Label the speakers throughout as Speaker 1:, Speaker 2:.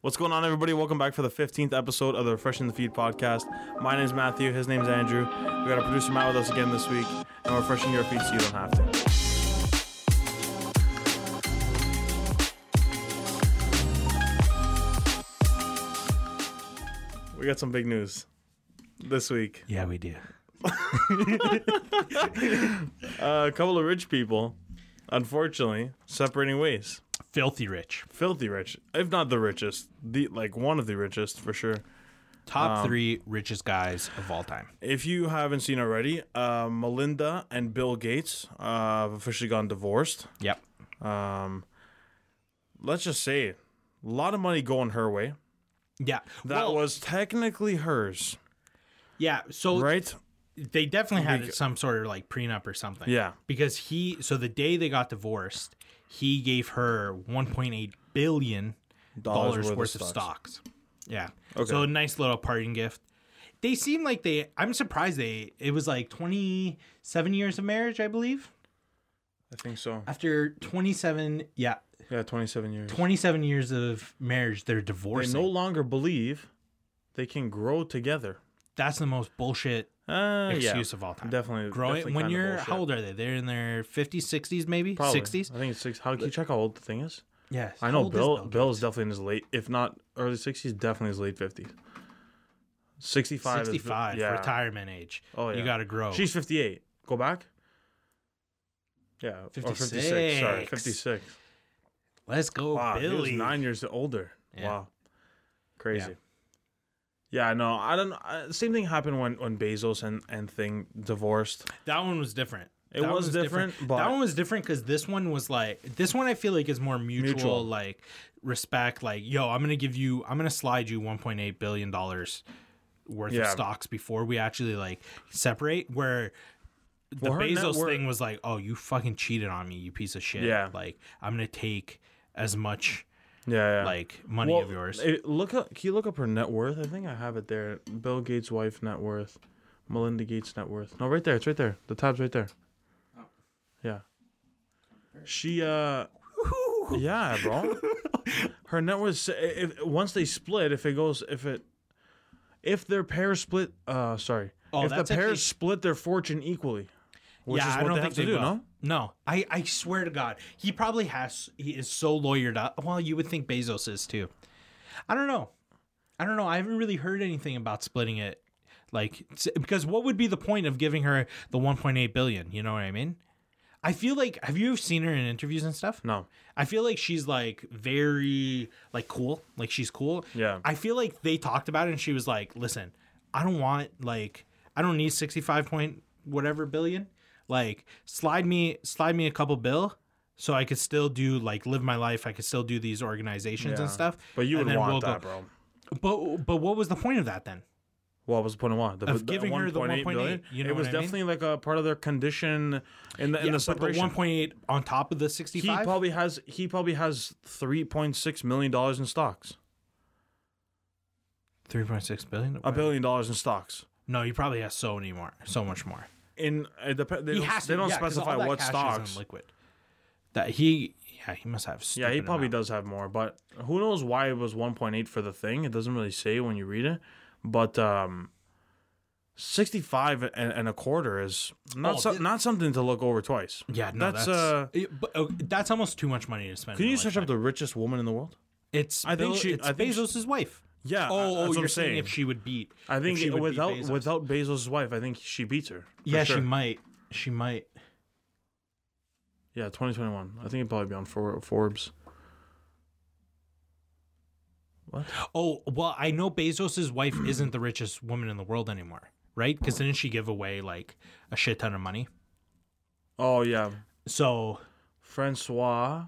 Speaker 1: What's going on, everybody? Welcome back for the 15th episode of the Refreshing the Feed podcast. My name's Matthew. His name's Andrew. We got our producer Matt with us again this week, and we're refreshing your feed so you don't have to. We got some big news this week.
Speaker 2: Yeah, we do.
Speaker 1: Uh, a couple of rich people, unfortunately, separating ways.
Speaker 2: Filthy rich.
Speaker 1: Filthy rich, if not the richest, the like one of the richest for sure.
Speaker 2: Top three richest guys of all time.
Speaker 1: If you haven't seen already, uh, Melinda and Bill Gates uh, have officially gone divorced.
Speaker 2: Yep.
Speaker 1: Let's just say it. A lot of money going her way.
Speaker 2: Yeah.
Speaker 1: That
Speaker 2: Well,
Speaker 1: was technically hers,
Speaker 2: Yeah. So
Speaker 1: right?
Speaker 2: they definitely had some sort of like prenup or something.
Speaker 1: Yeah.
Speaker 2: Because he, so the day they got divorced, he gave her 1.8 billion dollars worth, of stocks. Yeah. Okay. So a nice little parting gift. They seem like they. I'm surprised they. It was like 27 years of marriage, I believe.
Speaker 1: I think so.
Speaker 2: After 27, yeah,
Speaker 1: Yeah, 27 years.
Speaker 2: 27 years of marriage, they're
Speaker 1: They
Speaker 2: divorcing.
Speaker 1: no longer believe they can grow together.
Speaker 2: That's the most bullshit
Speaker 1: Uh, yeah.
Speaker 2: excuse of all time.
Speaker 1: Definitely.
Speaker 2: Growing
Speaker 1: definitely
Speaker 2: when
Speaker 1: kinda
Speaker 2: you're
Speaker 1: bullshit.
Speaker 2: how old are they? They're in their 50s, 60s, maybe
Speaker 1: Probably.
Speaker 2: 60s.
Speaker 1: I think it's six. How can you check how old the thing is?
Speaker 2: Yes,
Speaker 1: I
Speaker 2: How
Speaker 1: know
Speaker 2: old is
Speaker 1: Bill.
Speaker 2: Gates?
Speaker 1: Bill is definitely in his late, if not early sixties, definitely his late fifties. Sixty-five. is-
Speaker 2: 65
Speaker 1: yeah.
Speaker 2: retirement age.
Speaker 1: Oh, yeah.
Speaker 2: you got to grow.
Speaker 1: She's fifty-eight. Go back. Yeah, or 56. Sorry,
Speaker 2: 56.
Speaker 1: fifty-six.
Speaker 2: Let's go,
Speaker 1: Wow, he was
Speaker 2: Oh, Billy.
Speaker 1: nine years older.
Speaker 2: Yeah.
Speaker 1: Wow, crazy. Yeah, I know. I don't. Uh, same thing happened when when Bezos and and thing divorced.
Speaker 2: That one was different.
Speaker 1: It
Speaker 2: That one
Speaker 1: was different, but-
Speaker 2: that one was different because this one was like this one. I feel like is more mutual,
Speaker 1: Mutual.
Speaker 2: like respect. Like, yo, I'm gonna give you, I'm gonna slide you 1.8 billion dollars worth of
Speaker 1: Yeah.
Speaker 2: stocks before we actually like separate. Where the
Speaker 1: Well, her net
Speaker 2: Bezos
Speaker 1: worth-
Speaker 2: thing was like, oh, you fucking cheated on me, you piece of shit.
Speaker 1: Yeah.
Speaker 2: like I'm gonna take as much
Speaker 1: Yeah, yeah.
Speaker 2: like money
Speaker 1: Well,
Speaker 2: of yours.
Speaker 1: it- look up. Can you look up her net worth? I think I have it there. Bill Gates' wife net worth, Melinda Gates' net worth. No, right there. It's right there. The tab's right there.
Speaker 2: Oh.
Speaker 1: Yeah. She uh. yeah, bro. Her net worth. If once they split, if it goes, if it, if their pair split, uh, sorry,
Speaker 2: Oh,
Speaker 1: if the
Speaker 2: that's if
Speaker 1: pairs
Speaker 2: they-
Speaker 1: split their fortune equally, which is what they have to do,
Speaker 2: will.
Speaker 1: no?
Speaker 2: No, I, I swear to God, he probably has. He is so lawyered up. Well, you would think Bezos is too. I don't know. I don't know. I haven't really heard anything about splitting it, like s- because what would be the point of giving her the 1.8 billion? You know what I mean? I feel like have you seen her in interviews and stuff?
Speaker 1: No.
Speaker 2: I feel like she's like very like cool. Like she's cool.
Speaker 1: Yeah.
Speaker 2: I feel like they talked about it and she was like, "Listen, I don't want like I don't need 65 point whatever billion. Like slide me slide me a couple bill so I could still do like live my life. I could still do these organizations and
Speaker 1: Yeah.
Speaker 2: stuff.
Speaker 1: But you
Speaker 2: and
Speaker 1: would
Speaker 2: then
Speaker 1: want
Speaker 2: we'll
Speaker 1: that,
Speaker 2: go-
Speaker 1: bro.
Speaker 2: But but what was the point of that then?
Speaker 1: What was the point of what? The,
Speaker 2: Of giving her the
Speaker 1: 1.8
Speaker 2: 1.8,
Speaker 1: billion?
Speaker 2: you know
Speaker 1: it was
Speaker 2: what I mean?
Speaker 1: definitely like a part of their condition in the in the
Speaker 2: Yeah, but the
Speaker 1: separation.
Speaker 2: 1.8 on top of the
Speaker 1: he
Speaker 2: 65.
Speaker 1: probably has he probably has three point six million dollars in stocks.
Speaker 2: 3.6 billion.
Speaker 1: A billion dollars in stocks.
Speaker 2: No, he probably has so many more, so much more.
Speaker 1: In it dep- they
Speaker 2: he
Speaker 1: don't,
Speaker 2: has to.
Speaker 1: they don't
Speaker 2: yeah, 'cause
Speaker 1: specify
Speaker 2: all that
Speaker 1: what
Speaker 2: cash is um,
Speaker 1: stocks.
Speaker 2: in liquid. That he, yeah, he must have.
Speaker 1: yeah, he probably does have more, but who knows why it was one point eight for the thing? It doesn't really say when you read it, but um, sixty five and, and a quarter is not
Speaker 2: Oh,
Speaker 1: so,
Speaker 2: thi-
Speaker 1: not something to look over twice.
Speaker 2: Yeah, no, that's
Speaker 1: that's, uh.
Speaker 2: it- but, uh, that's almost too much money to spend.
Speaker 1: Can
Speaker 2: in
Speaker 1: you
Speaker 2: a
Speaker 1: search
Speaker 2: lifetime.
Speaker 1: up the richest woman in the world?
Speaker 2: It's
Speaker 1: I think
Speaker 2: Bill-
Speaker 1: she-
Speaker 2: It's
Speaker 1: I think she-
Speaker 2: Bezos's wife.
Speaker 1: Yeah,
Speaker 2: Oh,
Speaker 1: I-
Speaker 2: oh,
Speaker 1: that's what
Speaker 2: you're
Speaker 1: I'm
Speaker 2: saying.
Speaker 1: saying.
Speaker 2: if she would beat.
Speaker 1: I
Speaker 2: if
Speaker 1: think
Speaker 2: she would beat
Speaker 1: without
Speaker 2: Bezos.
Speaker 1: without Bezos' wife, I think she beats her. for
Speaker 2: Yeah,
Speaker 1: sure.
Speaker 2: she might. She might.
Speaker 1: Yeah, 2021. I think it'd probably be on For- Forbes. What?
Speaker 2: Oh well, I know Bezos's wife isn't the richest woman in the world anymore, right? Because didn't she give away like a shit ton of money?
Speaker 1: Oh yeah,
Speaker 2: So,
Speaker 1: Francois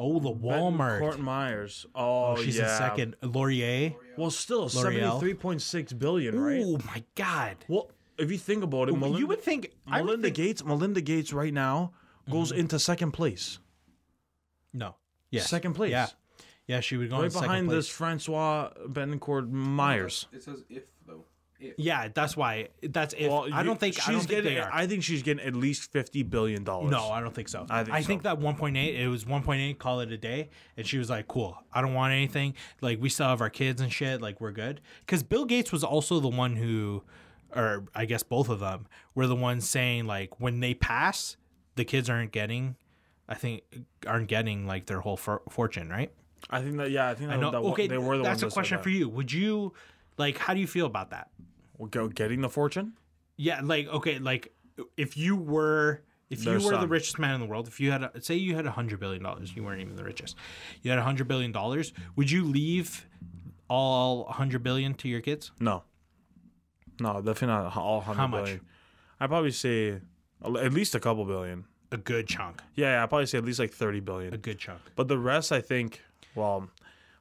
Speaker 2: oh, the Walmart.
Speaker 1: Court Myers. Oh,
Speaker 2: She's
Speaker 1: yeah.
Speaker 2: in second. Laurier.
Speaker 1: Well, still
Speaker 2: L'Oreal.
Speaker 1: 73.6 billion, right?
Speaker 2: Oh my god.
Speaker 1: Well, if you think about it, Melinda,
Speaker 2: you would think I would
Speaker 1: Melinda
Speaker 2: think- Mm-hmm.
Speaker 1: Gates, Melinda Gates, right now goes into second place.
Speaker 2: no. Yes.
Speaker 1: Second place.
Speaker 2: Yeah. Yeah, she would go in
Speaker 1: Right
Speaker 2: second
Speaker 1: behind
Speaker 2: place.
Speaker 1: this Francois Bencourt Myers.
Speaker 3: It says if though.
Speaker 2: Yeah, that's why. That's if
Speaker 1: Well,
Speaker 2: I
Speaker 1: you-
Speaker 2: don't think
Speaker 1: she's
Speaker 2: I don't think
Speaker 1: getting.
Speaker 2: they are.
Speaker 1: I think she's getting at least fifty billion dollars.
Speaker 2: no, I don't think so.
Speaker 1: I think so.
Speaker 2: that 1.8. It was 1.8. Call it a day. And she was like, "Cool. I don't want anything. Like we still have our kids and shit. Like we're good." Because Bill Gates was also the one who, or I guess both of them were the ones saying like when they pass, the kids aren't getting. I think aren't getting like their whole for- fortune, right?
Speaker 1: I think that. Yeah, I think that,
Speaker 2: I know.
Speaker 1: that
Speaker 2: okay,
Speaker 1: they were the
Speaker 2: that's
Speaker 1: ones.
Speaker 2: a question for you. Would you like? How do you feel about that?
Speaker 1: you. Go getting the fortune.
Speaker 2: Yeah, like okay, like if you were if
Speaker 1: Their
Speaker 2: you were the
Speaker 1: son.
Speaker 2: richest man in the world, if you had a, say you had a hundred billion dollars, you weren't even the richest. You had a hundred billion dollars. Would you leave all a hundred billion to your kids?
Speaker 1: No. No, definitely not all hundred
Speaker 2: How much?
Speaker 1: I probably say a- at least a couple billion.
Speaker 2: A good chunk.
Speaker 1: Yeah, yeah I probably say at least like thirty
Speaker 2: A
Speaker 1: billion.
Speaker 2: good chunk.
Speaker 1: But the rest, I think, well,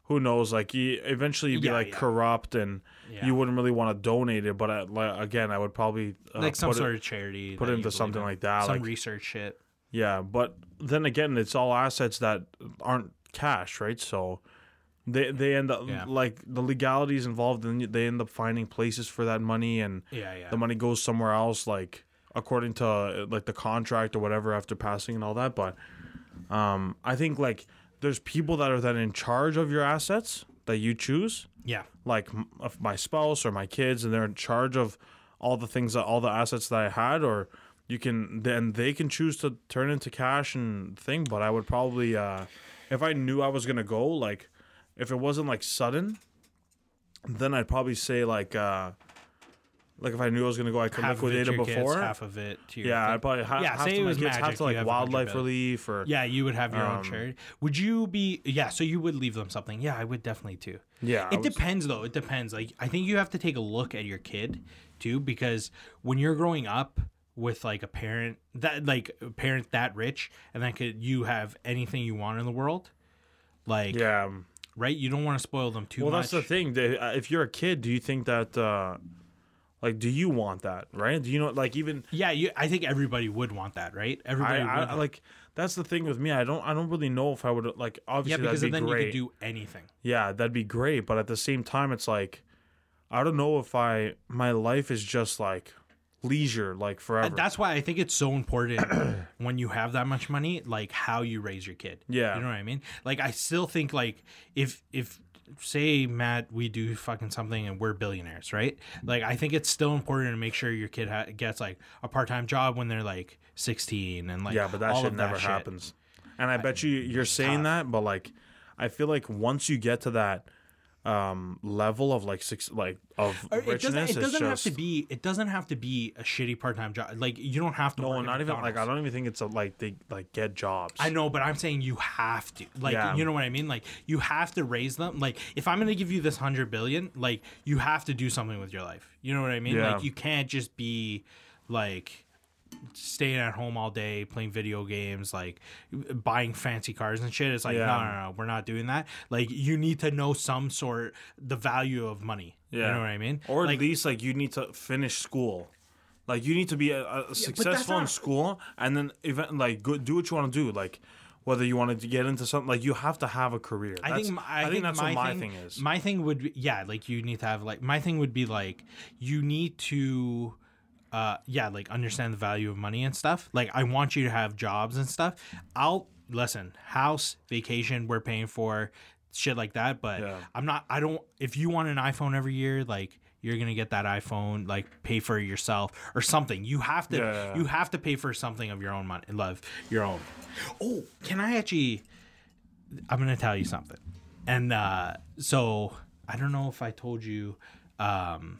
Speaker 1: who knows? Like, you, eventually you'd be
Speaker 2: Yeah,
Speaker 1: like
Speaker 2: yeah.
Speaker 1: corrupt, and
Speaker 2: Yeah.
Speaker 1: you wouldn't really want to donate it. But I, like, again, I would probably uh,
Speaker 2: Like some
Speaker 1: put it-
Speaker 2: sort of charity.
Speaker 1: put it
Speaker 2: that you
Speaker 1: into
Speaker 2: believe
Speaker 1: something
Speaker 2: in.
Speaker 1: like that,
Speaker 2: Some
Speaker 1: like-
Speaker 2: research shit.
Speaker 1: Yeah, but then again, it's all assets that aren't cash, right? So they they end up
Speaker 2: Yeah.
Speaker 1: like the legalities involved, and they end up finding places for that money, and
Speaker 2: Yeah, yeah.
Speaker 1: the money goes somewhere else, like according to uh, like the contract or whatever after passing and all that. But um, I think like there's people that are then in charge of your assets that you choose,
Speaker 2: yeah.
Speaker 1: like m- of my spouse or my kids and they're in charge of all the things that all the assets that I had or you can then they can choose to turn into cash and thing but I would probably uh if I knew I was going to go like if it wasn't like sudden then I'd probably say like uh like if I knew I was going to go I could
Speaker 2: Half of it
Speaker 1: liquidate
Speaker 2: to
Speaker 1: it
Speaker 2: your kids,
Speaker 1: before
Speaker 2: half of it to your
Speaker 1: yeah
Speaker 2: thing.
Speaker 1: I'd probably ha-
Speaker 2: Yeah,
Speaker 1: have
Speaker 2: say
Speaker 1: to
Speaker 2: it
Speaker 1: my
Speaker 2: was
Speaker 1: kids have
Speaker 2: magic,
Speaker 1: to
Speaker 2: you
Speaker 1: like
Speaker 2: have a hundred
Speaker 1: wildlife
Speaker 2: billion.
Speaker 1: relief or
Speaker 2: Yeah, you would have your own
Speaker 1: Um,
Speaker 2: charity. Would you be? Yeah, so you would leave them something. Yeah, I would definitely too.
Speaker 1: Yeah, I
Speaker 2: it
Speaker 1: would-
Speaker 2: depends though. It depends. Like I think you have to take a look at your kid too, because when you're growing up with like a parent that like a parent that rich and that could you have anything you want in the world, like
Speaker 1: yeah um,
Speaker 2: right? You don't want to spoil them too
Speaker 1: Well,
Speaker 2: much.
Speaker 1: that's the thing. They- uh, If you're a kid, do you think that, uh, like, do you want that, right? Do you know, like, even
Speaker 2: Yeah, you, I think everybody would want that, right?
Speaker 1: I,
Speaker 2: Everybody
Speaker 1: I,
Speaker 2: would.
Speaker 1: like, that's the thing with me. I don't, I don't really know if I would like.
Speaker 2: yeah,
Speaker 1: Obviously,
Speaker 2: because
Speaker 1: that'd be
Speaker 2: then
Speaker 1: great.
Speaker 2: you could do anything.
Speaker 1: yeah, that'd be great. But at the same time, it's like, I don't know if I my life is just like leisure, like forever.
Speaker 2: Uh, That's why I think it's so important when you have that much money, like how you raise your kid.
Speaker 1: Yeah.
Speaker 2: you know what I mean. Like I still think like if if say Matt, we do fucking something and we're billionaires, right? Like I think it's still important to make sure your kid ha- gets like a part time job when they're like sixteen and like
Speaker 1: yeah, but that
Speaker 2: all
Speaker 1: shit
Speaker 2: of that
Speaker 1: never
Speaker 2: shit.
Speaker 1: happens. And I, bet you you're saying that, but like, I feel like once you get to that um level of like six like of
Speaker 2: Or It
Speaker 1: richness
Speaker 2: doesn't, it
Speaker 1: it's
Speaker 2: doesn't have
Speaker 1: just-
Speaker 2: to be. It doesn't have to be a shitty part time job. Like you don't have to.
Speaker 1: No,
Speaker 2: work at
Speaker 1: not even like
Speaker 2: McDonald's.
Speaker 1: I don't even think it's a, like they like get jobs.
Speaker 2: I know, but I'm saying you have to. Like,
Speaker 1: Yeah.
Speaker 2: you know what I mean? Like, you have to raise them. Like, if I'm going to give you this 100 billion, like, you have to do something with your life. You know what I mean?
Speaker 1: Yeah.
Speaker 2: Like, you can't just be like staying at home all day playing video games like buying fancy cars and shit it's like no,
Speaker 1: Yeah.
Speaker 2: no no we're not doing that like you need to know some sort the value of money you
Speaker 1: Yeah.
Speaker 2: know what i mean
Speaker 1: or
Speaker 2: like,
Speaker 1: at least like you need to finish school. Like you need to be a, a successful in
Speaker 2: not-
Speaker 1: school, and then event like go, do what you want to do. Like whether you want to get into something, like you have to have a career.
Speaker 2: I
Speaker 1: That's-
Speaker 2: think my, I, think
Speaker 1: that's
Speaker 2: my
Speaker 1: what my
Speaker 2: thing,
Speaker 1: thing, is.
Speaker 2: My thing would be, yeah, like you need to have like my thing would be like you need to uh yeah, like understand the value of money and stuff. Like I want you to have jobs and stuff. I'll listen, house, vacation, we're paying for shit like that, but
Speaker 1: Yeah.
Speaker 2: I'm not I don't if you want an iPhone every year like you're gonna get that iPhone, like pay for it yourself or something. You have to,
Speaker 1: Yeah, yeah, yeah.
Speaker 2: you have to pay for something of your own money, love your own. Oh, can I actually? I'm gonna tell you something. And uh, so I don't know if I told you. Um,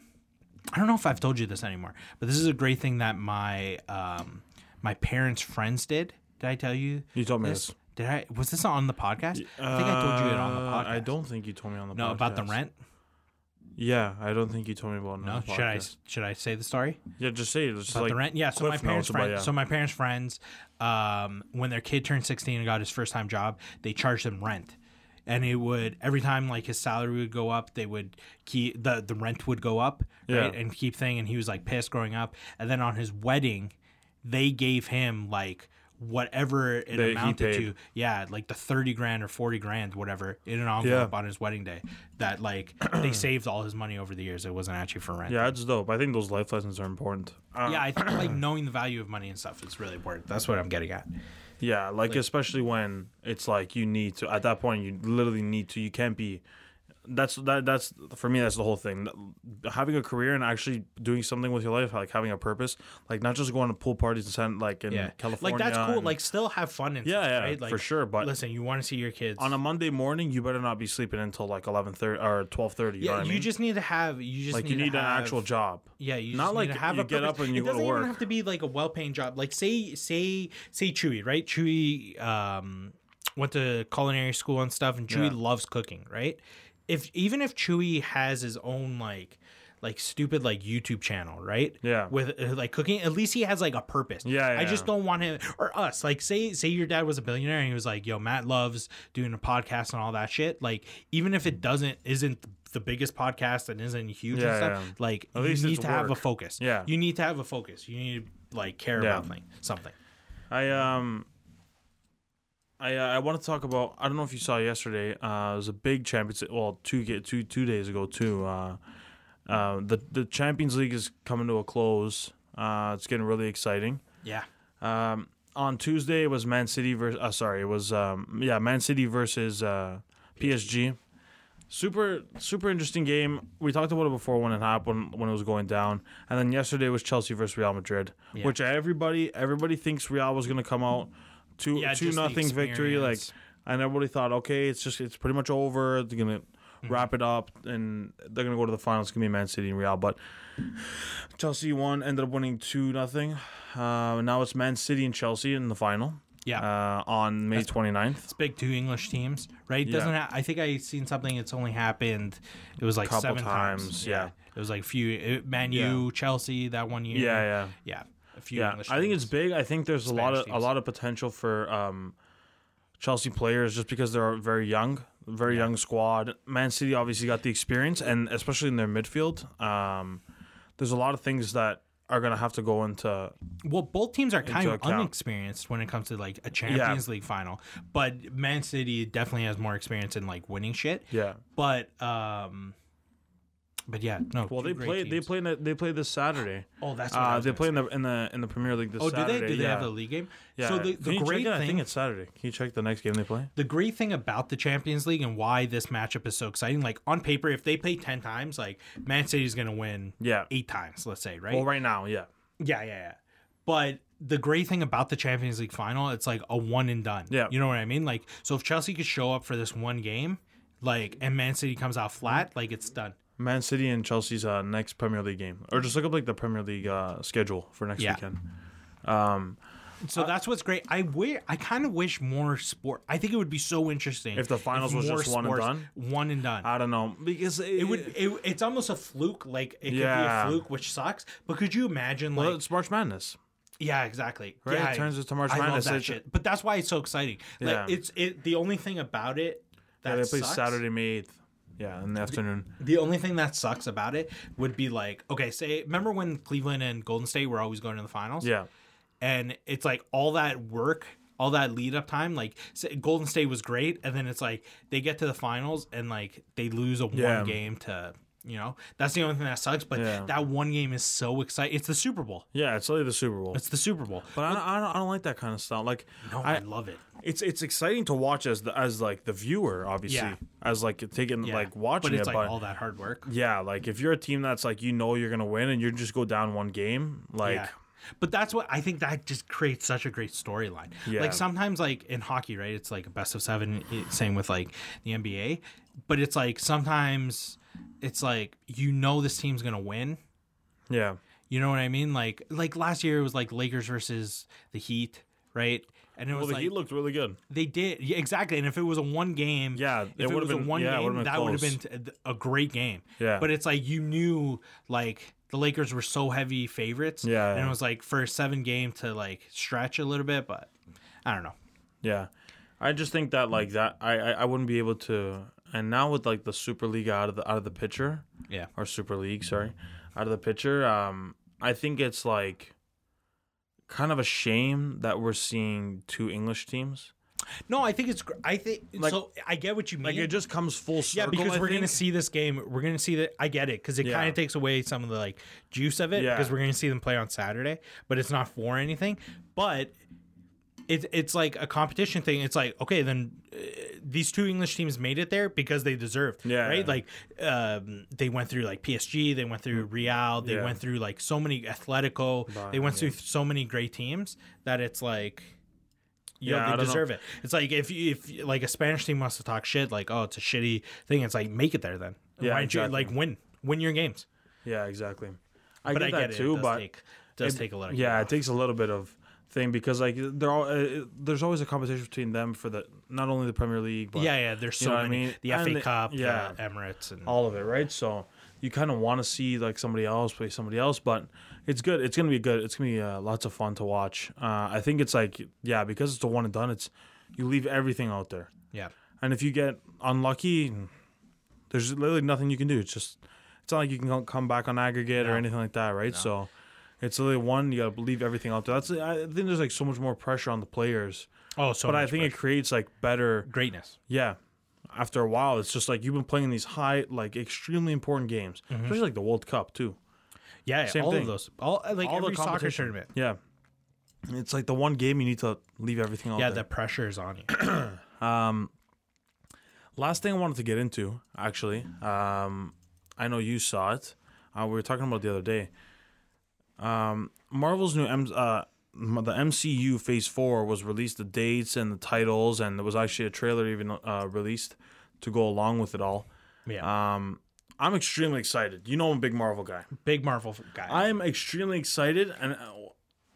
Speaker 2: I don't know if I've told you this anymore, but this is a great thing that my um, my parents' friends did. Did I tell you?
Speaker 1: You told me this.
Speaker 2: Did I? Was this on the podcast? I think I told you it on the
Speaker 1: Uh,
Speaker 2: podcast.
Speaker 1: I don't think you told me on the podcast.
Speaker 2: know about the rent.
Speaker 1: Yeah, I don't think you told me about. it on
Speaker 2: No,
Speaker 1: the
Speaker 2: should I
Speaker 1: podcast.
Speaker 2: should I say the story?
Speaker 1: Yeah, just say it. It's
Speaker 2: About
Speaker 1: like
Speaker 2: the rent. Yeah. So my
Speaker 1: Cliff
Speaker 2: parents'
Speaker 1: notes, but
Speaker 2: friends.
Speaker 1: yeah.
Speaker 2: So my parents' friends, um, when their kid turned sixteen and got his first time job, they charged him rent, and it would every time like his salary would go up, they would keep the the rent would go up, right,
Speaker 1: Yeah.
Speaker 2: and keep thing. And he was like pissed growing up, and then on his wedding, they gave him like whatever it
Speaker 1: That he
Speaker 2: amounted
Speaker 1: paid.
Speaker 2: to. Yeah, like the 30 grand or 40 grand, whatever, in an envelope on his wedding day. That like they saved all his money over the years. It wasn't actually for rent.
Speaker 1: Yeah, that's dope. I think those life lessons are important. Uh,
Speaker 2: Yeah, I think like knowing the value of money and stuff is really important. That's what I'm getting at.
Speaker 1: Yeah, like, especially when it's like you need to at that point you literally need to you can't be that's that that's for me that's the whole thing having a career and actually doing something with your life like having a purpose like not just going to pool parties and send like in
Speaker 2: Yeah,
Speaker 1: California
Speaker 2: like that's cool.
Speaker 1: and-
Speaker 2: Like still have fun and
Speaker 1: yeah
Speaker 2: stuff,
Speaker 1: yeah
Speaker 2: right? Like,
Speaker 1: for sure but
Speaker 2: Listen, you want to see your kids
Speaker 1: on a Monday morning you better not be sleeping until like 11:30 or 12:30 you know
Speaker 2: Yeah,
Speaker 1: what I
Speaker 2: you
Speaker 1: mean?
Speaker 2: just need to have. You just
Speaker 1: like you need
Speaker 2: to
Speaker 1: an
Speaker 2: have-
Speaker 1: actual job
Speaker 2: Yeah, you
Speaker 1: Not
Speaker 2: just
Speaker 1: like
Speaker 2: need to have
Speaker 1: you
Speaker 2: a
Speaker 1: get up
Speaker 2: purpose.
Speaker 1: and you
Speaker 2: it
Speaker 1: go to
Speaker 2: doesn't
Speaker 1: work.
Speaker 2: even have to be like a well-paying job. Like say say say Chewy, right? Chewy um, went to culinary school and stuff, and Chewy
Speaker 1: Yeah.
Speaker 2: loves cooking, right? If even if Chewy has his own like like stupid like YouTube channel, right?
Speaker 1: Yeah.
Speaker 2: With uh, like cooking, at least he has like a purpose.
Speaker 1: Yeah,
Speaker 2: I
Speaker 1: yeah.
Speaker 2: just don't want him or us. Like say say your dad was a billionaire and he was like, "Yo, Matt loves doing a podcast and all that shit." Like even if it doesn't isn't the biggest podcast and isn't huge
Speaker 1: Yeah,
Speaker 2: and stuff,
Speaker 1: yeah.
Speaker 2: like
Speaker 1: At
Speaker 2: you
Speaker 1: least
Speaker 2: need
Speaker 1: it's
Speaker 2: to have a
Speaker 1: work.
Speaker 2: focus.
Speaker 1: Yeah.
Speaker 2: You need to have a focus. You need to like care
Speaker 1: Yeah.
Speaker 2: about thing, something.
Speaker 1: I um I uh, I want to talk about I don't know if you saw yesterday uh it was a big Champions well two ga- two two days ago too uh uh the the Champions League is coming to a close uh it's getting really exciting
Speaker 2: Yeah.
Speaker 1: um on Tuesday it was Man City versus uh, sorry it was um yeah Man City versus uh PSG super super interesting game we talked about it before when it happened when it was going down and then yesterday was Chelsea versus Real Madrid
Speaker 2: Yeah.
Speaker 1: which everybody everybody thinks Real was going to come out two
Speaker 2: Yeah,
Speaker 1: two
Speaker 2: just the
Speaker 1: nothing victory like
Speaker 2: experience.
Speaker 1: and everybody thought okay it's just it's pretty much over they're going to
Speaker 2: Mm-hmm.
Speaker 1: wrap it up and they're going to go to the finals it's going to be Man City and Real but Chelsea won ended up winning 2 nothing uh, now it's Man City and Chelsea in the final
Speaker 2: Yeah.
Speaker 1: uh, on May 29th
Speaker 2: it's big two English teams, right?
Speaker 1: Yeah.
Speaker 2: Doesn't ha- I think I seen something it's only happened it was like
Speaker 1: Couple
Speaker 2: seven times.
Speaker 1: times, yeah.
Speaker 2: It was like few it, Man U, Chelsea that one year.
Speaker 1: yeah yeah
Speaker 2: Yeah. A few
Speaker 1: Yeah,
Speaker 2: English
Speaker 1: I think
Speaker 2: teams.
Speaker 1: it's big. I think there's a lot of
Speaker 2: Spanish
Speaker 1: a
Speaker 2: teams.
Speaker 1: lot of potential for um, Chelsea players just because they're very young, very young squad. Man City obviously got the experience, and especially in their midfield, um, there's a lot of things that are gonna have to go into.
Speaker 2: Well, both teams are kind
Speaker 1: into
Speaker 2: of
Speaker 1: account.
Speaker 2: unexperienced when it comes to like a Champions League final, but Man City definitely has more experience in like winning shit.
Speaker 1: Yeah.
Speaker 2: But um, but yeah, no.
Speaker 1: Well,
Speaker 2: two
Speaker 1: they
Speaker 2: great
Speaker 1: play. They
Speaker 2: teams.
Speaker 1: play. In the, they play this Saturday.
Speaker 2: Oh, that's what I
Speaker 1: Uh,
Speaker 2: was
Speaker 1: they
Speaker 2: gonna
Speaker 1: play in the in the in the Premier League this
Speaker 2: Oh, do
Speaker 1: Saturday.
Speaker 2: they? Do they
Speaker 1: yeah.
Speaker 2: have the league game?
Speaker 1: Yeah.
Speaker 2: So the,
Speaker 1: Can
Speaker 2: the
Speaker 1: you check
Speaker 2: great
Speaker 1: it? I think
Speaker 2: thing,
Speaker 1: it's Saturday. Can you check the next game they play?
Speaker 2: the great thing about the Champions League and why this matchup is so exciting, like on paper, if they play ten times, like Man City's going to win
Speaker 1: Yeah.
Speaker 2: eight times, let's say, right?
Speaker 1: Well, right now, yeah.
Speaker 2: Yeah, yeah, yeah. But the great thing about the Champions League final, it's like a one and done.
Speaker 1: Yeah.
Speaker 2: You know what I mean? Like, so if Chelsea could show up for this one game, like, and Man City comes out flat, like it's done.
Speaker 1: Man City and Chelsea's uh, next Premier League game, or just look up like the Premier League uh, schedule for next
Speaker 2: Yeah.
Speaker 1: weekend.
Speaker 2: So
Speaker 1: Uh,
Speaker 2: that's what's great. I wish, I kind of wish more sport. I think it would be so interesting
Speaker 1: If the finals was
Speaker 2: more
Speaker 1: just one and done?
Speaker 2: One and done.
Speaker 1: I don't know because it,
Speaker 2: it would. It, it's almost a fluke. Like it
Speaker 1: Yeah.
Speaker 2: could be a fluke, which sucks. But could you imagine? Like,
Speaker 1: Well, uh, it's March Madness.
Speaker 2: Yeah, exactly.
Speaker 1: Right?
Speaker 2: Yeah,
Speaker 1: It turns into March
Speaker 2: I
Speaker 1: Madness.
Speaker 2: love that
Speaker 1: It's-
Speaker 2: shit. But that's why it's so exciting. Like
Speaker 1: Yeah.
Speaker 2: it's it. The only thing about it that
Speaker 1: Yeah, they play
Speaker 2: sucks-
Speaker 1: Saturday, May eighth. Yeah, in the afternoon.
Speaker 2: The only thing that sucks about it would be like, okay, say, remember when Cleveland and Golden State were always going to the finals?
Speaker 1: Yeah,
Speaker 2: and it's like all that work all that lead up time like say- golden state was great and then it's like they get to the finals and like they lose a one
Speaker 1: Yeah.
Speaker 2: game to you know that's the only thing that sucks but
Speaker 1: Yeah.
Speaker 2: that one game is so exciting it's the super bowl
Speaker 1: yeah. It's like the Super Bowl,
Speaker 2: it's the super bowl
Speaker 1: but I don't, I don't, I don't like that kind of style. Like,
Speaker 2: no i,
Speaker 1: I,
Speaker 2: love it
Speaker 1: it's it's exciting to watch as the as like the viewer, obviously,
Speaker 2: Yeah.
Speaker 1: as like taking
Speaker 2: Yeah.
Speaker 1: like watching
Speaker 2: but it's
Speaker 1: it.
Speaker 2: like
Speaker 1: but
Speaker 2: all that hard work
Speaker 1: yeah, like if you're a team that's like you know you're gonna win and you just go down one game, like
Speaker 2: yeah. But that's what I think that just creates such a great storyline.
Speaker 1: Yeah.
Speaker 2: Like sometimes, like in hockey, right? It's like a best of seven. it- Same with like the NBA, but it's like sometimes it's like you know this team's gonna win.
Speaker 1: yeah,
Speaker 2: You know what I mean? Like like last year it was like Lakers versus the Heat, right? And it
Speaker 1: Well,
Speaker 2: was
Speaker 1: the
Speaker 2: like
Speaker 1: Heat looked really good.
Speaker 2: they did yeah, exactly. And if it was a one game,
Speaker 1: Yeah, it
Speaker 2: if it,
Speaker 1: would've
Speaker 2: was a
Speaker 1: been-
Speaker 2: one
Speaker 1: yeah, it
Speaker 2: game,
Speaker 1: would've been
Speaker 2: that would have
Speaker 1: close.
Speaker 2: been t- a great game.
Speaker 1: Yeah.
Speaker 2: but it's like you knew like the Lakers were so heavy favorites.
Speaker 1: Yeah,
Speaker 2: and
Speaker 1: yeah.
Speaker 2: it was like for a seven game to like stretch a little bit, but I don't know.
Speaker 1: Yeah, I just think that like that, I, I I wouldn't be able to. And now with like the Super League out of the out of the picture,
Speaker 2: Yeah,
Speaker 1: or Super League, sorry, out of the picture. Um, I think it's like kind of a shame that we're seeing two English teams.
Speaker 2: No, I think it's. gr- I think
Speaker 1: Like-
Speaker 2: so. I get what you mean.
Speaker 1: Like it just comes full
Speaker 2: yeah,
Speaker 1: circle.
Speaker 2: because
Speaker 1: I
Speaker 2: we're gonna
Speaker 1: think.
Speaker 2: see this game. We're gonna see that. I get it because it
Speaker 1: Yeah.
Speaker 2: kind of takes away some of the like juice of it
Speaker 1: Yeah.
Speaker 2: because we're gonna see them play on Saturday, but it's not for anything. But it's it's like a competition thing. It's like okay, then uh, these two English teams made it there because they deserved.
Speaker 1: Yeah.
Speaker 2: right. Like um, they went through like PSG, they went through Real, they
Speaker 1: Yeah.
Speaker 2: went through like so many Atletico, they went through so many great teams that it's like. You
Speaker 1: Yeah, I
Speaker 2: know, they
Speaker 1: don't know.
Speaker 2: deserve it. It's like if you- if like a Spanish team wants to talk shit, like oh, it's a shitty thing. It's like make it there then.
Speaker 1: Yeah,
Speaker 2: Why don't you
Speaker 1: exactly.
Speaker 2: like win win your games?
Speaker 1: Yeah, exactly. I
Speaker 2: But
Speaker 1: get
Speaker 2: I
Speaker 1: that
Speaker 2: get it.
Speaker 1: too,
Speaker 2: it does
Speaker 1: but
Speaker 2: take, does
Speaker 1: it-
Speaker 2: take a lot. Of
Speaker 1: yeah, it takes a little bit of thing because like they're all uh, there's always a competition between them for the not only the Premier League but
Speaker 2: yeah, yeah. There's
Speaker 1: you
Speaker 2: so
Speaker 1: know what I
Speaker 2: many.
Speaker 1: mean?
Speaker 2: The
Speaker 1: And
Speaker 2: FA
Speaker 1: the-
Speaker 2: Cup,
Speaker 1: yeah.
Speaker 2: yeah, Emirates, and
Speaker 1: all of it, right? So you kind of want to see like somebody else play somebody else, but it's good. It's gonna be good. It's gonna be uh, lots of fun to watch. Uh, I think it's like yeah, because it's a one and done. It's you leave everything out there,
Speaker 2: yeah,
Speaker 1: and if you get unlucky, there's literally nothing you can do. It's just it's not like you can co- come back on aggregate or
Speaker 2: No.
Speaker 1: anything like that, right? So it's literally one. You gotta leave everything out there. That's I think there's like so much more pressure on the players,
Speaker 2: oh, so.
Speaker 1: but I
Speaker 2: much
Speaker 1: think
Speaker 2: pressure.
Speaker 1: it creates like better
Speaker 2: greatness.
Speaker 1: yeah. After a while, it's just like you've been playing these high, like extremely important games, especially like the World Cup too.
Speaker 2: Yeah, yeah,
Speaker 1: Same
Speaker 2: all
Speaker 1: thing.
Speaker 2: of those. All like
Speaker 1: All the
Speaker 2: every soccer
Speaker 1: competition.
Speaker 2: tournament.
Speaker 1: Yeah, And it's like the one game you need to leave everything out.
Speaker 2: Yeah,
Speaker 1: there.
Speaker 2: the pressure is on you.
Speaker 1: Last thing I wanted to get into, actually, um, I know you saw it. Uh, we were talking about it the other day. Um, Marvel's new M- uh, m- the MCU Phase Four was released. The dates and the titles, and there was actually a trailer even uh, released to go along with it all.
Speaker 2: Yeah,
Speaker 1: Um, I'm extremely excited. You know, I'm a big Marvel guy.
Speaker 2: big Marvel f- guy.
Speaker 1: I'm extremely excited, and uh,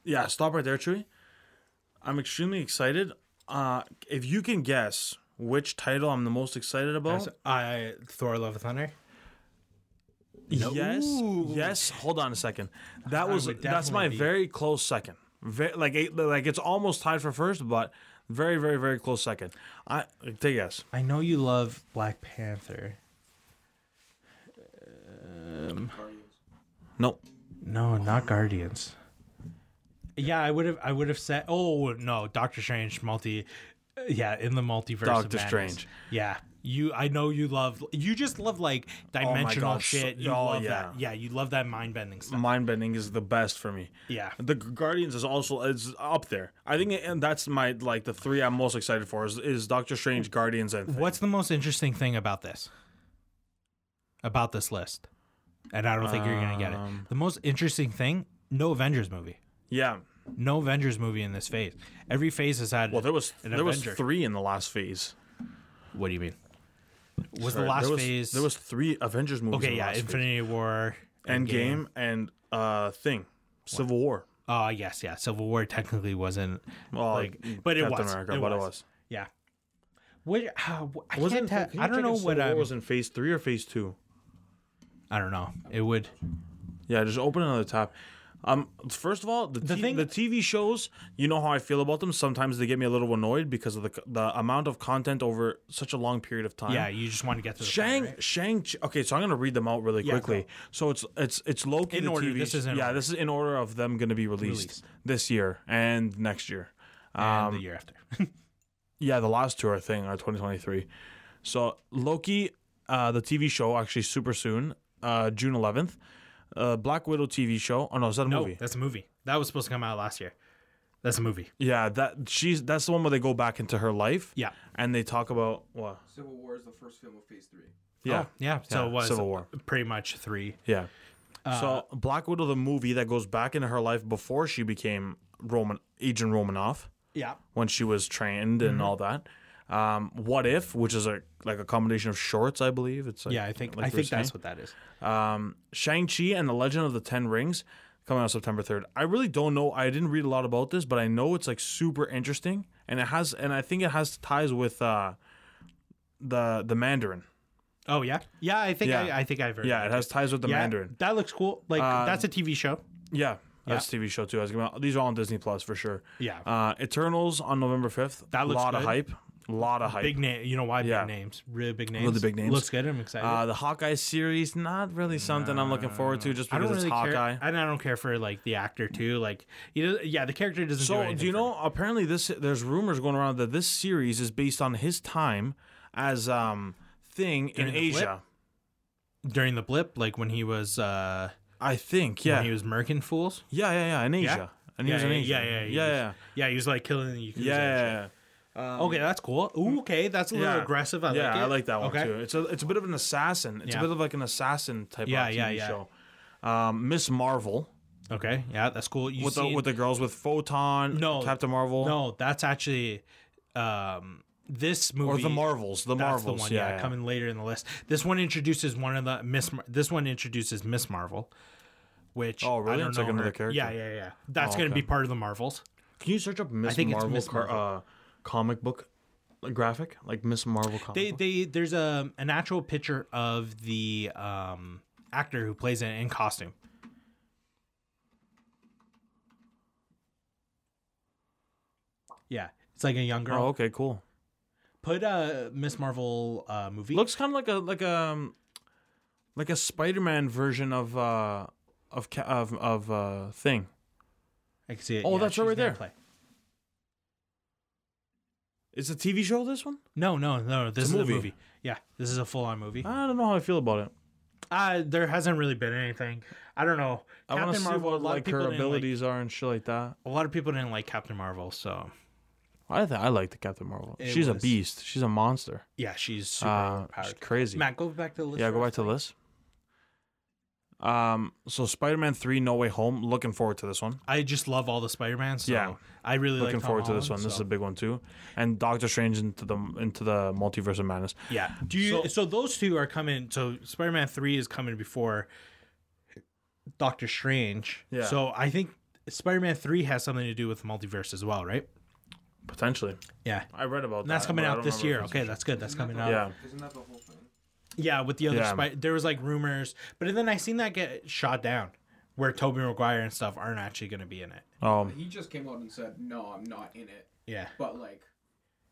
Speaker 1: yeah, stop right there, Chewy. I'm extremely excited. Uh, if you can guess which title I'm the most excited about,
Speaker 2: I Thor: Love and Thunder.
Speaker 1: yes,
Speaker 2: Ooh.
Speaker 1: yes. Hold on a second. That was
Speaker 2: would
Speaker 1: that's my
Speaker 2: definitely be-
Speaker 1: very close second. Ve- like it, like it's almost tied for first, but very very very close second. I take a guess.
Speaker 2: I know you love Black Panther.
Speaker 1: No,
Speaker 2: No, not Guardians. Yeah, I would have. I would have said. Oh no, Doctor Strange multi. uh, Yeah, in the multiverse. of
Speaker 1: Doctor
Speaker 2: Madness.
Speaker 1: Strange.
Speaker 2: Yeah, you. I know you love. You just love like dimensional
Speaker 1: gosh, Oh so-
Speaker 2: shit. You
Speaker 1: oh,
Speaker 2: love
Speaker 1: yeah.
Speaker 2: that. Yeah, you love that mind bending stuff.
Speaker 1: mind bending is the best for me.
Speaker 2: Yeah.
Speaker 1: The Guardians is also is up there. I think, and that's my like the three I'm most excited for is, is Doctor Strange, Guardians, and
Speaker 2: What's the most interesting thing about this? About this list, and I don't think you're gonna get it.
Speaker 1: Um,
Speaker 2: The most interesting thing: no Avengers movie.
Speaker 1: yeah.
Speaker 2: No Avengers movie in this phase. Every phase has had.
Speaker 1: Well, there was
Speaker 2: An
Speaker 1: there was
Speaker 2: Avenger.
Speaker 1: three in the last phase.
Speaker 2: what do you mean? Was
Speaker 1: Sorry,
Speaker 2: the last
Speaker 1: there was,
Speaker 2: phase?
Speaker 1: There was three Avengers movies. in
Speaker 2: Okay,
Speaker 1: the
Speaker 2: yeah,
Speaker 1: last phase.
Speaker 2: Infinity War,
Speaker 1: Endgame and uh thing, Civil War.
Speaker 2: Oh, yes, yeah. Civil War technically wasn't
Speaker 1: Well,
Speaker 2: like, but it
Speaker 1: Captain
Speaker 2: was.
Speaker 1: America,
Speaker 2: it
Speaker 1: but
Speaker 2: was.
Speaker 1: it was.
Speaker 2: Yeah. What? Uh, I
Speaker 1: Wasn't
Speaker 2: can't. ta-
Speaker 1: can you
Speaker 2: I don't
Speaker 1: check
Speaker 2: know
Speaker 1: if
Speaker 2: what
Speaker 1: Civil
Speaker 2: I
Speaker 1: War
Speaker 2: was.
Speaker 1: was in phase three or phase two.
Speaker 2: I don't know. It would.
Speaker 1: Yeah, just open another tab. Um, first of all, the the,
Speaker 2: thing-
Speaker 1: the TV shows, you know how I feel about them. Sometimes they get me a little annoyed because of the the amount of content over such a long period of time.
Speaker 2: Yeah, you just want to get to the point,
Speaker 1: Shang
Speaker 2: right?
Speaker 1: Shang. Okay, so I'm gonna read them out really
Speaker 2: Yeah,
Speaker 1: quickly. So it's it's it's Loki.
Speaker 2: In
Speaker 1: the
Speaker 2: order,
Speaker 1: TV
Speaker 2: this is in
Speaker 1: yeah,
Speaker 2: order.
Speaker 1: this is in order of them gonna be released,
Speaker 2: Released.
Speaker 1: this year and next year.
Speaker 2: And
Speaker 1: um,
Speaker 2: the year after.
Speaker 1: Yeah, the last two are thing are 2023. So Loki, uh, the TV show actually super soon, uh, June 11th. Uh, Black Widow TV show. Oh no, is that a
Speaker 2: no,
Speaker 1: movie?
Speaker 2: that's a movie. That was supposed to come out last year. That's a movie.
Speaker 1: Yeah, that she's that's the one where they go back into her life.
Speaker 2: Yeah.
Speaker 1: and they talk about what?
Speaker 3: Civil War is the first film of Phase Three.
Speaker 1: Yeah,
Speaker 2: Oh, yeah. So
Speaker 1: Yeah,
Speaker 2: it was
Speaker 1: Civil War.
Speaker 2: Pretty much three.
Speaker 1: yeah.
Speaker 2: Uh,
Speaker 1: so Black Widow, the movie that goes back into her life before she became Roman Agent Romanoff.
Speaker 2: Yeah.
Speaker 1: when she was trained
Speaker 2: Mm-hmm.
Speaker 1: and all that. Um, what if, which is a like a combination of shorts, I believe. It's like,
Speaker 2: Yeah, I think
Speaker 1: like
Speaker 2: I
Speaker 1: you were
Speaker 2: think that's
Speaker 1: saying.
Speaker 2: what that is.
Speaker 1: um, Shang Chi and the Legend of the Ten Rings coming out September third. I really don't know. I didn't read a lot about this, but I know it's like super interesting, and it has, and I think it has ties with uh, the the Mandarin.
Speaker 2: Oh yeah, yeah. I think
Speaker 1: Yeah.
Speaker 2: I, I think I've heard.
Speaker 1: Yeah,
Speaker 2: of
Speaker 1: it has ties with the
Speaker 2: Yeah,
Speaker 1: Mandarin. Uh,
Speaker 2: That looks cool. Like that's a TV show.
Speaker 1: Yeah, that's a TV show too. I was gonna, these are all on Disney Plus for sure.
Speaker 2: Yeah.
Speaker 1: uh, Eternals on November fifth.
Speaker 2: That looks
Speaker 1: a lot of
Speaker 2: good.
Speaker 1: hype. A lot of hype.
Speaker 2: Big name. You know why?
Speaker 1: Yeah.
Speaker 2: Big names. Really big names.
Speaker 1: Really big names.
Speaker 2: Looks good. I'm excited.
Speaker 1: uh, the Hawkeye series, not really something I'm looking forward to, just
Speaker 2: I
Speaker 1: because
Speaker 2: don't
Speaker 1: it's
Speaker 2: really
Speaker 1: Hawkeye.
Speaker 2: care, and I don't care for like the actor too. Like, he does, yeah, the character doesn't. do,
Speaker 1: So do,
Speaker 2: anything
Speaker 1: you
Speaker 2: for
Speaker 1: know? Apparently, this there's rumors going around that this series is based on his time as um thing
Speaker 2: During
Speaker 1: in
Speaker 2: the blip?
Speaker 1: Asia.
Speaker 2: me. during the blip, like when he was, uh
Speaker 1: I think. Yeah.
Speaker 2: when he was murking fools.
Speaker 1: yeah. Yeah. Yeah. In Asia. And he
Speaker 2: Yeah,
Speaker 1: was in
Speaker 2: yeah,
Speaker 1: Asia.
Speaker 2: yeah, yeah, he
Speaker 1: Yeah.
Speaker 2: was-
Speaker 1: Yeah.
Speaker 2: Yeah, he was like killing the Yakuza. and
Speaker 1: Yeah. yeah,
Speaker 2: shit. okay, that's cool. Ooh, okay, that's a little
Speaker 1: yeah.
Speaker 2: aggressive. I
Speaker 1: yeah,
Speaker 2: like it.
Speaker 1: I like that one
Speaker 2: okay.
Speaker 1: too. It's a it's a bit of an assassin. It's
Speaker 2: Yeah.
Speaker 1: a bit of like an assassin type
Speaker 2: Yeah,
Speaker 1: of TV
Speaker 2: yeah, yeah.
Speaker 1: show. Um, Miss Marvel
Speaker 2: Okay, yeah, that's cool. You
Speaker 1: with
Speaker 2: seen,
Speaker 1: the with the girls with Photon,
Speaker 2: No,
Speaker 1: Captain Marvel,
Speaker 2: No, that's actually um this movie
Speaker 1: or the Marvels, the
Speaker 2: That's
Speaker 1: Marvels,
Speaker 2: the one, yeah,
Speaker 1: yeah,
Speaker 2: coming later in the list. This one introduces one of the Miss. Mar- this one introduces Miss Marvel, which
Speaker 1: Oh, really?
Speaker 2: I don't
Speaker 1: It's
Speaker 2: know
Speaker 1: like another
Speaker 2: her-
Speaker 1: character?
Speaker 2: Yeah, yeah, yeah. That's
Speaker 1: Oh,
Speaker 2: going to
Speaker 1: okay.
Speaker 2: be part of the Marvels.
Speaker 1: Can you search up Miss
Speaker 2: think it's
Speaker 1: Marvel,
Speaker 2: Miss
Speaker 1: car- Uh, comic book graphic, like Miss Marvel comic?
Speaker 2: They
Speaker 1: book?
Speaker 2: they there's a an actual picture of the um actor who plays it in costume. Yeah, it's like a young girl.
Speaker 1: oh, okay, cool.
Speaker 2: Put a Miss Marvel uh, movie.
Speaker 1: Looks kind of like a like a um, like a Spider-Man version of uh of ca- of of uh thing.
Speaker 2: I can see it.
Speaker 1: Oh,
Speaker 2: Yeah,
Speaker 1: that's her
Speaker 2: she's
Speaker 1: right
Speaker 2: gonna
Speaker 1: there.
Speaker 2: play.
Speaker 1: It's a TV show. This one?
Speaker 2: No, no, no. This is
Speaker 1: movie.
Speaker 2: a movie. Yeah, this is a full on movie.
Speaker 1: I don't know how I feel about it.
Speaker 2: Uh, there hasn't really been anything. I don't know.
Speaker 1: I want to
Speaker 2: Captain
Speaker 1: see
Speaker 2: Marvel, a
Speaker 1: what
Speaker 2: lot of
Speaker 1: like
Speaker 2: people
Speaker 1: her
Speaker 2: didn't like-
Speaker 1: abilities are and shit like that.
Speaker 2: a lot of people didn't like Captain Marvel, so
Speaker 1: I think I like the Captain Marvel.
Speaker 2: It
Speaker 1: She's a
Speaker 2: was-
Speaker 1: beast. She's a monster.
Speaker 2: yeah, she's super
Speaker 1: Uh, she's
Speaker 2: overpowered.
Speaker 1: crazy.
Speaker 2: Matt, go back to the list.
Speaker 1: yeah,
Speaker 2: for
Speaker 1: go back
Speaker 2: us.
Speaker 1: to the list. Um, so Spider-Man Three: No Way Home. Looking forward to this one.
Speaker 2: I just love all the Spider Man. So
Speaker 1: Yeah.
Speaker 2: I really
Speaker 1: Looking
Speaker 2: like Tom
Speaker 1: forward to this one.
Speaker 2: Holland,
Speaker 1: This is
Speaker 2: so-
Speaker 1: a big one too. And Doctor Strange into the into the multiverse of madness.
Speaker 2: yeah. Do you? So, those two are coming. So Spider Man Three is coming before Doctor Strange.
Speaker 1: Yeah.
Speaker 2: So I think Spider Man Three has something to do with the multiverse as well, right?
Speaker 1: Potentially,
Speaker 2: Yeah.
Speaker 1: I read about
Speaker 2: And
Speaker 1: that.
Speaker 2: that's coming
Speaker 1: but Uh, I
Speaker 2: out
Speaker 1: don't
Speaker 2: this
Speaker 1: remember
Speaker 2: year.
Speaker 1: if it's-
Speaker 2: Okay, that's good. That's coming out.
Speaker 1: Yeah.
Speaker 3: Isn't that the whole thing?
Speaker 2: Yeah, with the other
Speaker 1: Yeah.
Speaker 2: spider, there was like rumors, but then I seen that get shot down, where Toby Maguire and stuff aren't actually going to be in it.
Speaker 1: Um,
Speaker 3: He just came out and said, "No, I'm not in it."
Speaker 2: Yeah,
Speaker 3: But like,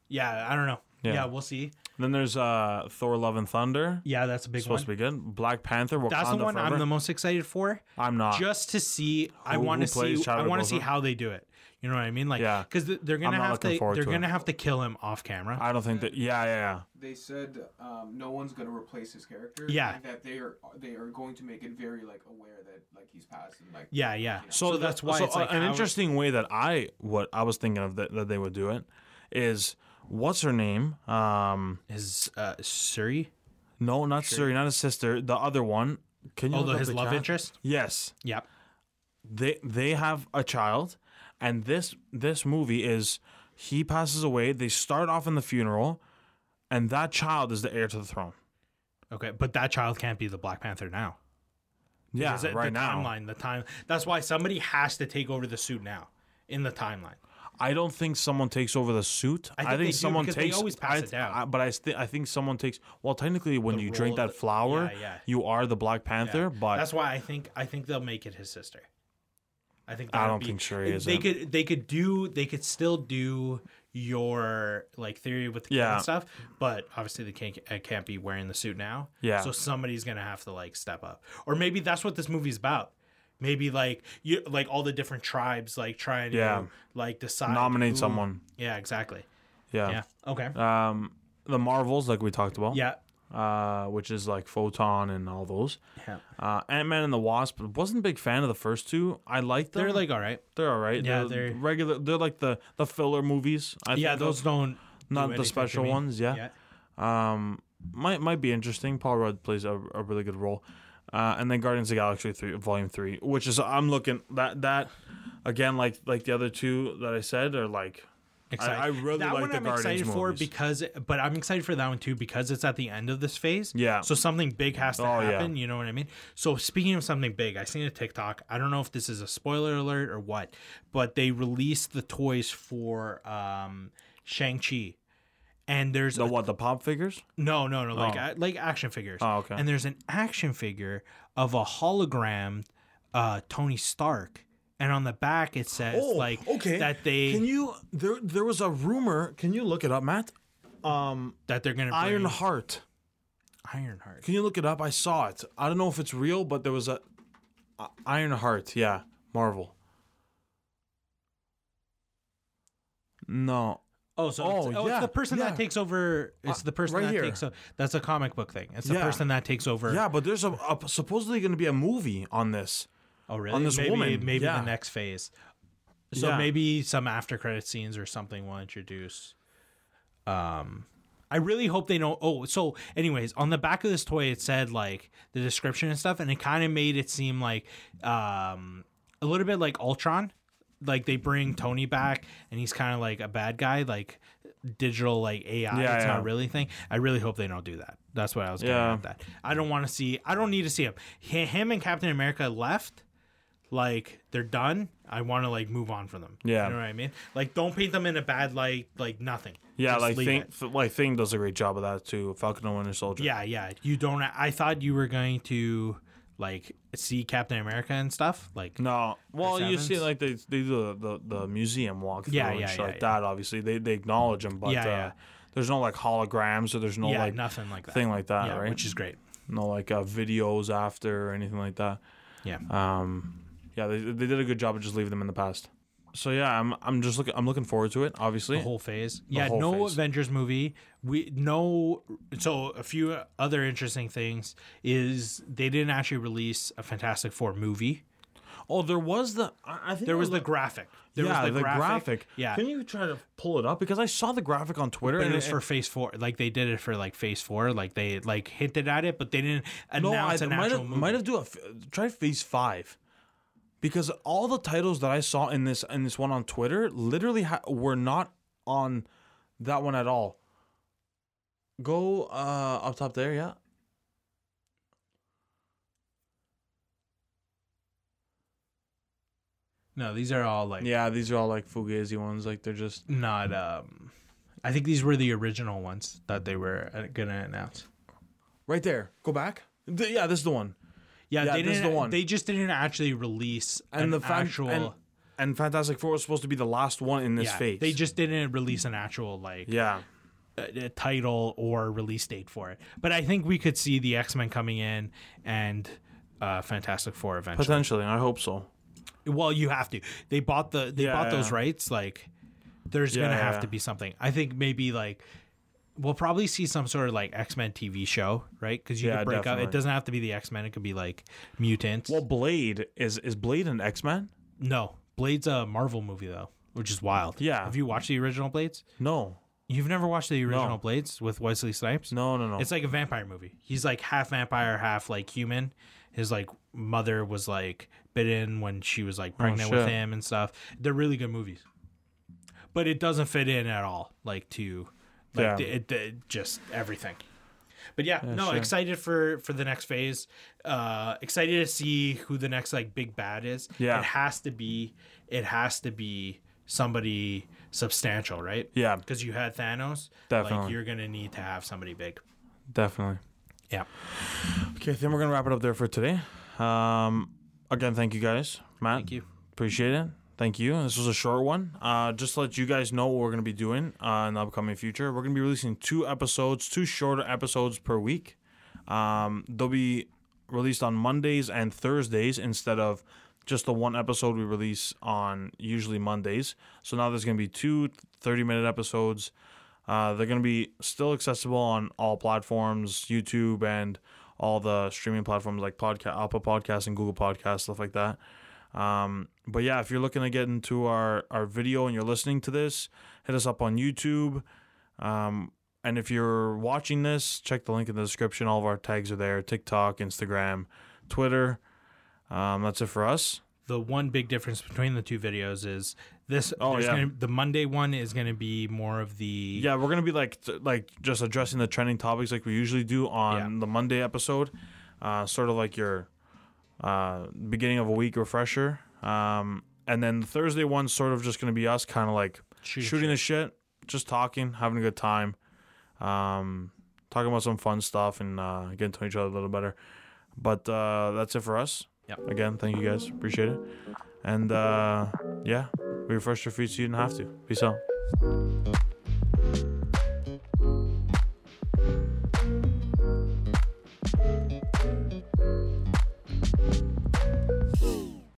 Speaker 2: yeah, I don't know. Yeah,
Speaker 1: Yeah.
Speaker 2: we'll see.
Speaker 1: then there's uh Thor: Love and Thunder.
Speaker 2: Yeah, that's a big
Speaker 1: Supposed
Speaker 2: one.
Speaker 1: to be good. Black Panther. Wakanda
Speaker 2: That's the one
Speaker 1: forever.
Speaker 2: I'm the most excited for,
Speaker 1: I'm not.
Speaker 2: just to see. I
Speaker 1: Who-
Speaker 2: want to
Speaker 1: who plays
Speaker 2: see. I
Speaker 1: Chadwick
Speaker 2: want to see
Speaker 1: Boseman?
Speaker 2: how they do it. You know what I mean? Like,
Speaker 1: Yeah.
Speaker 2: because they're
Speaker 1: I'm
Speaker 2: gonna
Speaker 1: not
Speaker 2: have
Speaker 1: looking
Speaker 2: to.
Speaker 1: forward
Speaker 2: They're
Speaker 1: to it.
Speaker 2: gonna have to kill him off camera.
Speaker 1: I don't think that. Yeah, yeah, yeah.
Speaker 3: they said um, no one's gonna replace his character.
Speaker 2: Yeah.
Speaker 3: And that they are they are going to make it very like aware that like he's passed and like
Speaker 2: yeah, yeah.
Speaker 1: So, that-
Speaker 2: that's why
Speaker 1: so,
Speaker 2: it's like
Speaker 1: uh, an
Speaker 2: how-
Speaker 1: interesting way that I what I was thinking of that, that they would do it is what's her name? Um,
Speaker 2: Is uh, Suri?
Speaker 1: no, not Suri, not his sister, the other one. Can you?
Speaker 2: Oh,
Speaker 1: look
Speaker 2: the-
Speaker 1: up
Speaker 2: his
Speaker 1: the
Speaker 2: love
Speaker 1: cat?
Speaker 2: interest.
Speaker 1: Yes,
Speaker 2: Yep.
Speaker 1: they they have a child, and this this movie is he passes away. They start off in the funeral, and that child is the heir to the throne.
Speaker 2: Okay, but that child can't be the Black Panther now.
Speaker 1: Yeah,
Speaker 2: Is it
Speaker 1: right
Speaker 2: the
Speaker 1: now.
Speaker 2: timeline, the time. That's why somebody has to take over the suit now in the timeline.
Speaker 1: I don't think someone takes over the suit. I
Speaker 2: think
Speaker 1: think,
Speaker 2: they do
Speaker 1: someone
Speaker 2: because they
Speaker 1: takes.
Speaker 2: always pass
Speaker 1: I,
Speaker 2: it down.
Speaker 1: I- but I, th- I think someone takes. Well, technically, when you drink
Speaker 2: role
Speaker 1: that
Speaker 2: of the-
Speaker 1: flower,
Speaker 2: yeah, yeah.
Speaker 1: you are the Black Panther. But
Speaker 2: That's why I think I think they'll make it his sister. I think
Speaker 1: I
Speaker 2: that'd
Speaker 1: don't
Speaker 2: be-
Speaker 1: think Shuri
Speaker 2: they-
Speaker 1: is
Speaker 2: They
Speaker 1: it.
Speaker 2: could they could do they could still do your like theory with the kid
Speaker 1: Yeah.
Speaker 2: and stuff, but obviously they can't uh, can't be wearing the suit now.
Speaker 1: Yeah.
Speaker 2: So somebody's gonna have to like step up, or maybe that's what this movie's about. Maybe like you like all the different tribes like trying
Speaker 1: Yeah.
Speaker 2: to like decide
Speaker 1: nominate
Speaker 2: who-
Speaker 1: someone.
Speaker 2: Yeah, exactly.
Speaker 1: Yeah.
Speaker 2: Yeah. Okay.
Speaker 1: Um, the Marvels, like we talked about.
Speaker 2: Yeah.
Speaker 1: Uh, which is like Photon and all those.
Speaker 2: Yeah.
Speaker 1: Uh, Ant Man and the Wasp. Wasn't a big fan of the first two. I liked them.
Speaker 2: They're like all right.
Speaker 1: they're all right.
Speaker 2: Yeah,
Speaker 1: they're,
Speaker 2: they're-
Speaker 1: regular. They're like the the filler movies. I
Speaker 2: yeah,
Speaker 1: think of.
Speaker 2: those don't
Speaker 1: not
Speaker 2: oh, do
Speaker 1: the
Speaker 2: anything to
Speaker 1: special
Speaker 2: me.
Speaker 1: ones.
Speaker 2: Yeah.
Speaker 1: um, might might be interesting. Paul Rudd plays a, a really good role, uh, and then Guardians of the Galaxy three, Volume three, which is I'm looking that that again like like the other two that I said are like
Speaker 2: Excited.
Speaker 1: I really
Speaker 2: that
Speaker 1: like
Speaker 2: one
Speaker 1: the
Speaker 2: I'm
Speaker 1: Guardians
Speaker 2: excited for
Speaker 1: movies.
Speaker 2: because, but I'm excited for that one too because it's at the end of this phase.
Speaker 1: Yeah.
Speaker 2: So something big has to
Speaker 1: Oh, yeah.
Speaker 2: happen. You know what I mean? So speaking of something big, I seen a TikTok. I don't know if this is a spoiler alert or what, but they released the toys for um, Shang Chi, and there's
Speaker 1: the
Speaker 2: a
Speaker 1: what the pop figures.
Speaker 2: No, no, no. Like a- like action figures.
Speaker 1: Oh, okay.
Speaker 2: And there's an action figure of a hologram uh, Tony Stark, and on the back
Speaker 1: Oh,
Speaker 2: it says like that they
Speaker 1: Can you there there was a rumor? Can you look it up, Matt? Um,
Speaker 2: that they're gonna bring.
Speaker 1: Iron Heart.
Speaker 2: Ironheart.
Speaker 1: Can you look it up? I saw it. I don't know if it's real, but there was a uh, Iron Heart. Yeah, Marvel. No,
Speaker 2: Oh, so
Speaker 1: Oh,
Speaker 2: it's, oh,
Speaker 1: yeah,
Speaker 2: it's the person
Speaker 1: yeah.
Speaker 2: that takes over. It's
Speaker 1: Uh,
Speaker 2: the person
Speaker 1: right
Speaker 2: that
Speaker 1: here.
Speaker 2: takes. o- that's a comic book thing. It's the
Speaker 1: Yeah.
Speaker 2: person that takes over.
Speaker 1: yeah, but there's a, a supposedly going to be a movie on this.
Speaker 2: Oh, really?
Speaker 1: this
Speaker 2: maybe,
Speaker 1: woman,
Speaker 2: Maybe
Speaker 1: yeah.
Speaker 2: the next phase. So
Speaker 1: Yeah.
Speaker 2: maybe some after credit scenes or something will introduce. Um, I really hope they don't. Oh, so anyways, on the back of this toy, it said like the description and stuff, and it kind of made it seem like um a little bit like Ultron. Like they bring Tony back, and he's kind of like a bad guy, like digital like AI.
Speaker 1: Yeah,
Speaker 2: it's
Speaker 1: yeah.
Speaker 2: not really thing. I really hope they don't do that. That's what I was.
Speaker 1: Yeah.
Speaker 2: Yeah. At that I don't want to see. I don't need to see him. Hi- Him and Captain America left like they're done i want to like move on from them
Speaker 1: Yeah.
Speaker 2: you know what i mean like don't paint them in a bad light like nothing
Speaker 1: Yeah,
Speaker 2: Just
Speaker 1: like
Speaker 2: leave
Speaker 1: Thing,
Speaker 2: it.
Speaker 1: f- like Thing does a great job of that too. Falcon and Winter Soldier.
Speaker 2: yeah yeah you don't i thought you were going to like see captain america and stuff like
Speaker 1: No, well, you see,
Speaker 2: Evans?
Speaker 1: like they they do the, the, the museum walk through
Speaker 2: Yeah,
Speaker 1: and
Speaker 2: yeah,
Speaker 1: shit
Speaker 2: yeah,
Speaker 1: like
Speaker 2: yeah.
Speaker 1: that. Obviously, they they acknowledge them, but
Speaker 2: Yeah,
Speaker 1: uh,
Speaker 2: yeah.
Speaker 1: there's no like holograms or there's no
Speaker 2: yeah
Speaker 1: like
Speaker 2: nothing like that
Speaker 1: thing like that,
Speaker 2: yeah
Speaker 1: right?
Speaker 2: which is great
Speaker 1: no like uh, videos after or anything like that.
Speaker 2: yeah
Speaker 1: Um, yeah, they, they did a good job of just leaving them in the past. So yeah, I'm I'm just looking I'm looking forward to it. Obviously,
Speaker 2: the whole phase. Yeah,
Speaker 1: whole
Speaker 2: no
Speaker 1: phase.
Speaker 2: Avengers movie. We no. So a few other interesting things is they didn't actually release a Fantastic Four movie.
Speaker 1: oh, there was the I, I think
Speaker 2: There was the
Speaker 1: graphic.
Speaker 2: graphic. There
Speaker 1: yeah,
Speaker 2: was
Speaker 1: the, graphic.
Speaker 2: Yeah,
Speaker 1: can you try to pull it up because I saw the graphic on Twitter
Speaker 2: But
Speaker 1: and
Speaker 2: it was for phase four. Like they did it for like phase four. Like they like hinted at it, but they didn't
Speaker 1: No, I
Speaker 2: announce an
Speaker 1: might
Speaker 2: actual
Speaker 1: have,
Speaker 2: movie.
Speaker 1: might have do a f- try phase five, because all the titles that I saw in this in this one on Twitter literally ha- were not on that one at all. Go uh, up top there, yeah.
Speaker 2: No, these are all like
Speaker 1: Yeah, these are all like fugazi ones. Like they're just
Speaker 2: not. um I think these were the original ones that they were uh, gonna announce.
Speaker 1: right there. Go back. Th- yeah, this is the one.
Speaker 2: Yeah,
Speaker 1: Yeah,
Speaker 2: they
Speaker 1: this is
Speaker 2: didn't.
Speaker 1: the one.
Speaker 2: They just didn't actually release
Speaker 1: And
Speaker 2: an
Speaker 1: the fan-
Speaker 2: actual.
Speaker 1: and, and Fantastic Four was supposed to be the last one in this
Speaker 2: yeah,
Speaker 1: phase.
Speaker 2: they just didn't release an actual like
Speaker 1: yeah.
Speaker 2: uh, uh, title or release date for it. But I think we could see the X Men coming in and uh Fantastic Four eventually.
Speaker 1: Potentially, I hope so.
Speaker 2: Well, you have to. They bought the they
Speaker 1: Yeah,
Speaker 2: bought those
Speaker 1: yeah.
Speaker 2: rights. Like, there's
Speaker 1: Yeah,
Speaker 2: gonna
Speaker 1: yeah,
Speaker 2: have
Speaker 1: yeah.
Speaker 2: to be something. I think maybe like we'll probably see some sort of like X Men TV show, right? Because you
Speaker 1: Yeah,
Speaker 2: could break up.
Speaker 1: definitely.
Speaker 2: It doesn't have to be the X Men. It could be like mutants.
Speaker 1: Well, Blade is is Blade an X Man?
Speaker 2: no, Blade's a Marvel movie though, which is wild.
Speaker 1: Yeah.
Speaker 2: Have you watched the original Blades?
Speaker 1: No,
Speaker 2: You've never watched the original
Speaker 1: No.
Speaker 2: Blades with Wesley Snipes?
Speaker 1: no, no, no.
Speaker 2: It's like a vampire movie. He's like half vampire, half like human. His like mother was like bitten when she was like pregnant with
Speaker 1: Oh, shit.
Speaker 2: him and stuff. They're really good movies, but it doesn't fit in at all. Like to, like
Speaker 1: Yeah.
Speaker 2: th- it, it- just everything. But yeah, no,
Speaker 1: sure.
Speaker 2: excited for for the next phase. Uh excited to see who the next like big bad is.
Speaker 1: Yeah.
Speaker 2: It has to be it has to be somebody substantial, right?
Speaker 1: yeah,
Speaker 2: Because you had Thanos.
Speaker 1: Definitely.
Speaker 2: Like you're gonna need to have somebody big.
Speaker 1: definitely.
Speaker 2: Yeah.
Speaker 1: Okay, then we're gonna wrap it up there for today. Um, again, thank you guys, Matt.
Speaker 2: Thank you.
Speaker 1: Appreciate it. Thank you. This was a short one. Uh, just to let you guys know what we're gonna be doing uh, in the upcoming future. We're gonna be releasing two episodes, two shorter episodes per week. Um, they'll be released on Mondays and Thursdays instead of just the one episode we release on usually Mondays. So now there's going to be two 30 minute episodes. Uh, they're going to be still accessible on all platforms, YouTube and all the streaming platforms like podcast, Apple Podcasts and Google Podcasts, stuff like that. Um, but yeah, if you're looking to get into our, our video and you're listening to this, hit us up on YouTube. Um, and if you're watching this, check the link in the description. All of our tags are there TikTok, Instagram, Twitter. Um, that's it for us.
Speaker 2: the one big difference between the two videos is this.
Speaker 1: Oh,
Speaker 2: there's
Speaker 1: yeah.
Speaker 2: gonna, the Monday one is going to be more of the
Speaker 1: Yeah, we're gonna be like t- like just addressing the trending topics like we usually do on the Monday episode, uh, sort of like your uh, beginning of a week refresher. Um, and then the Thursday one's sort of just gonna be us kind of like
Speaker 2: shooting,
Speaker 1: shooting the shit, just talking, having a good time, um, talking about some fun stuff and uh, getting to know each other a little better. But uh, that's it for us.
Speaker 2: Yep.
Speaker 1: Again, thank you guys. Appreciate it. And uh, yeah, we refresh your feet so you didn't have to. Peace out.
Speaker 2: shit.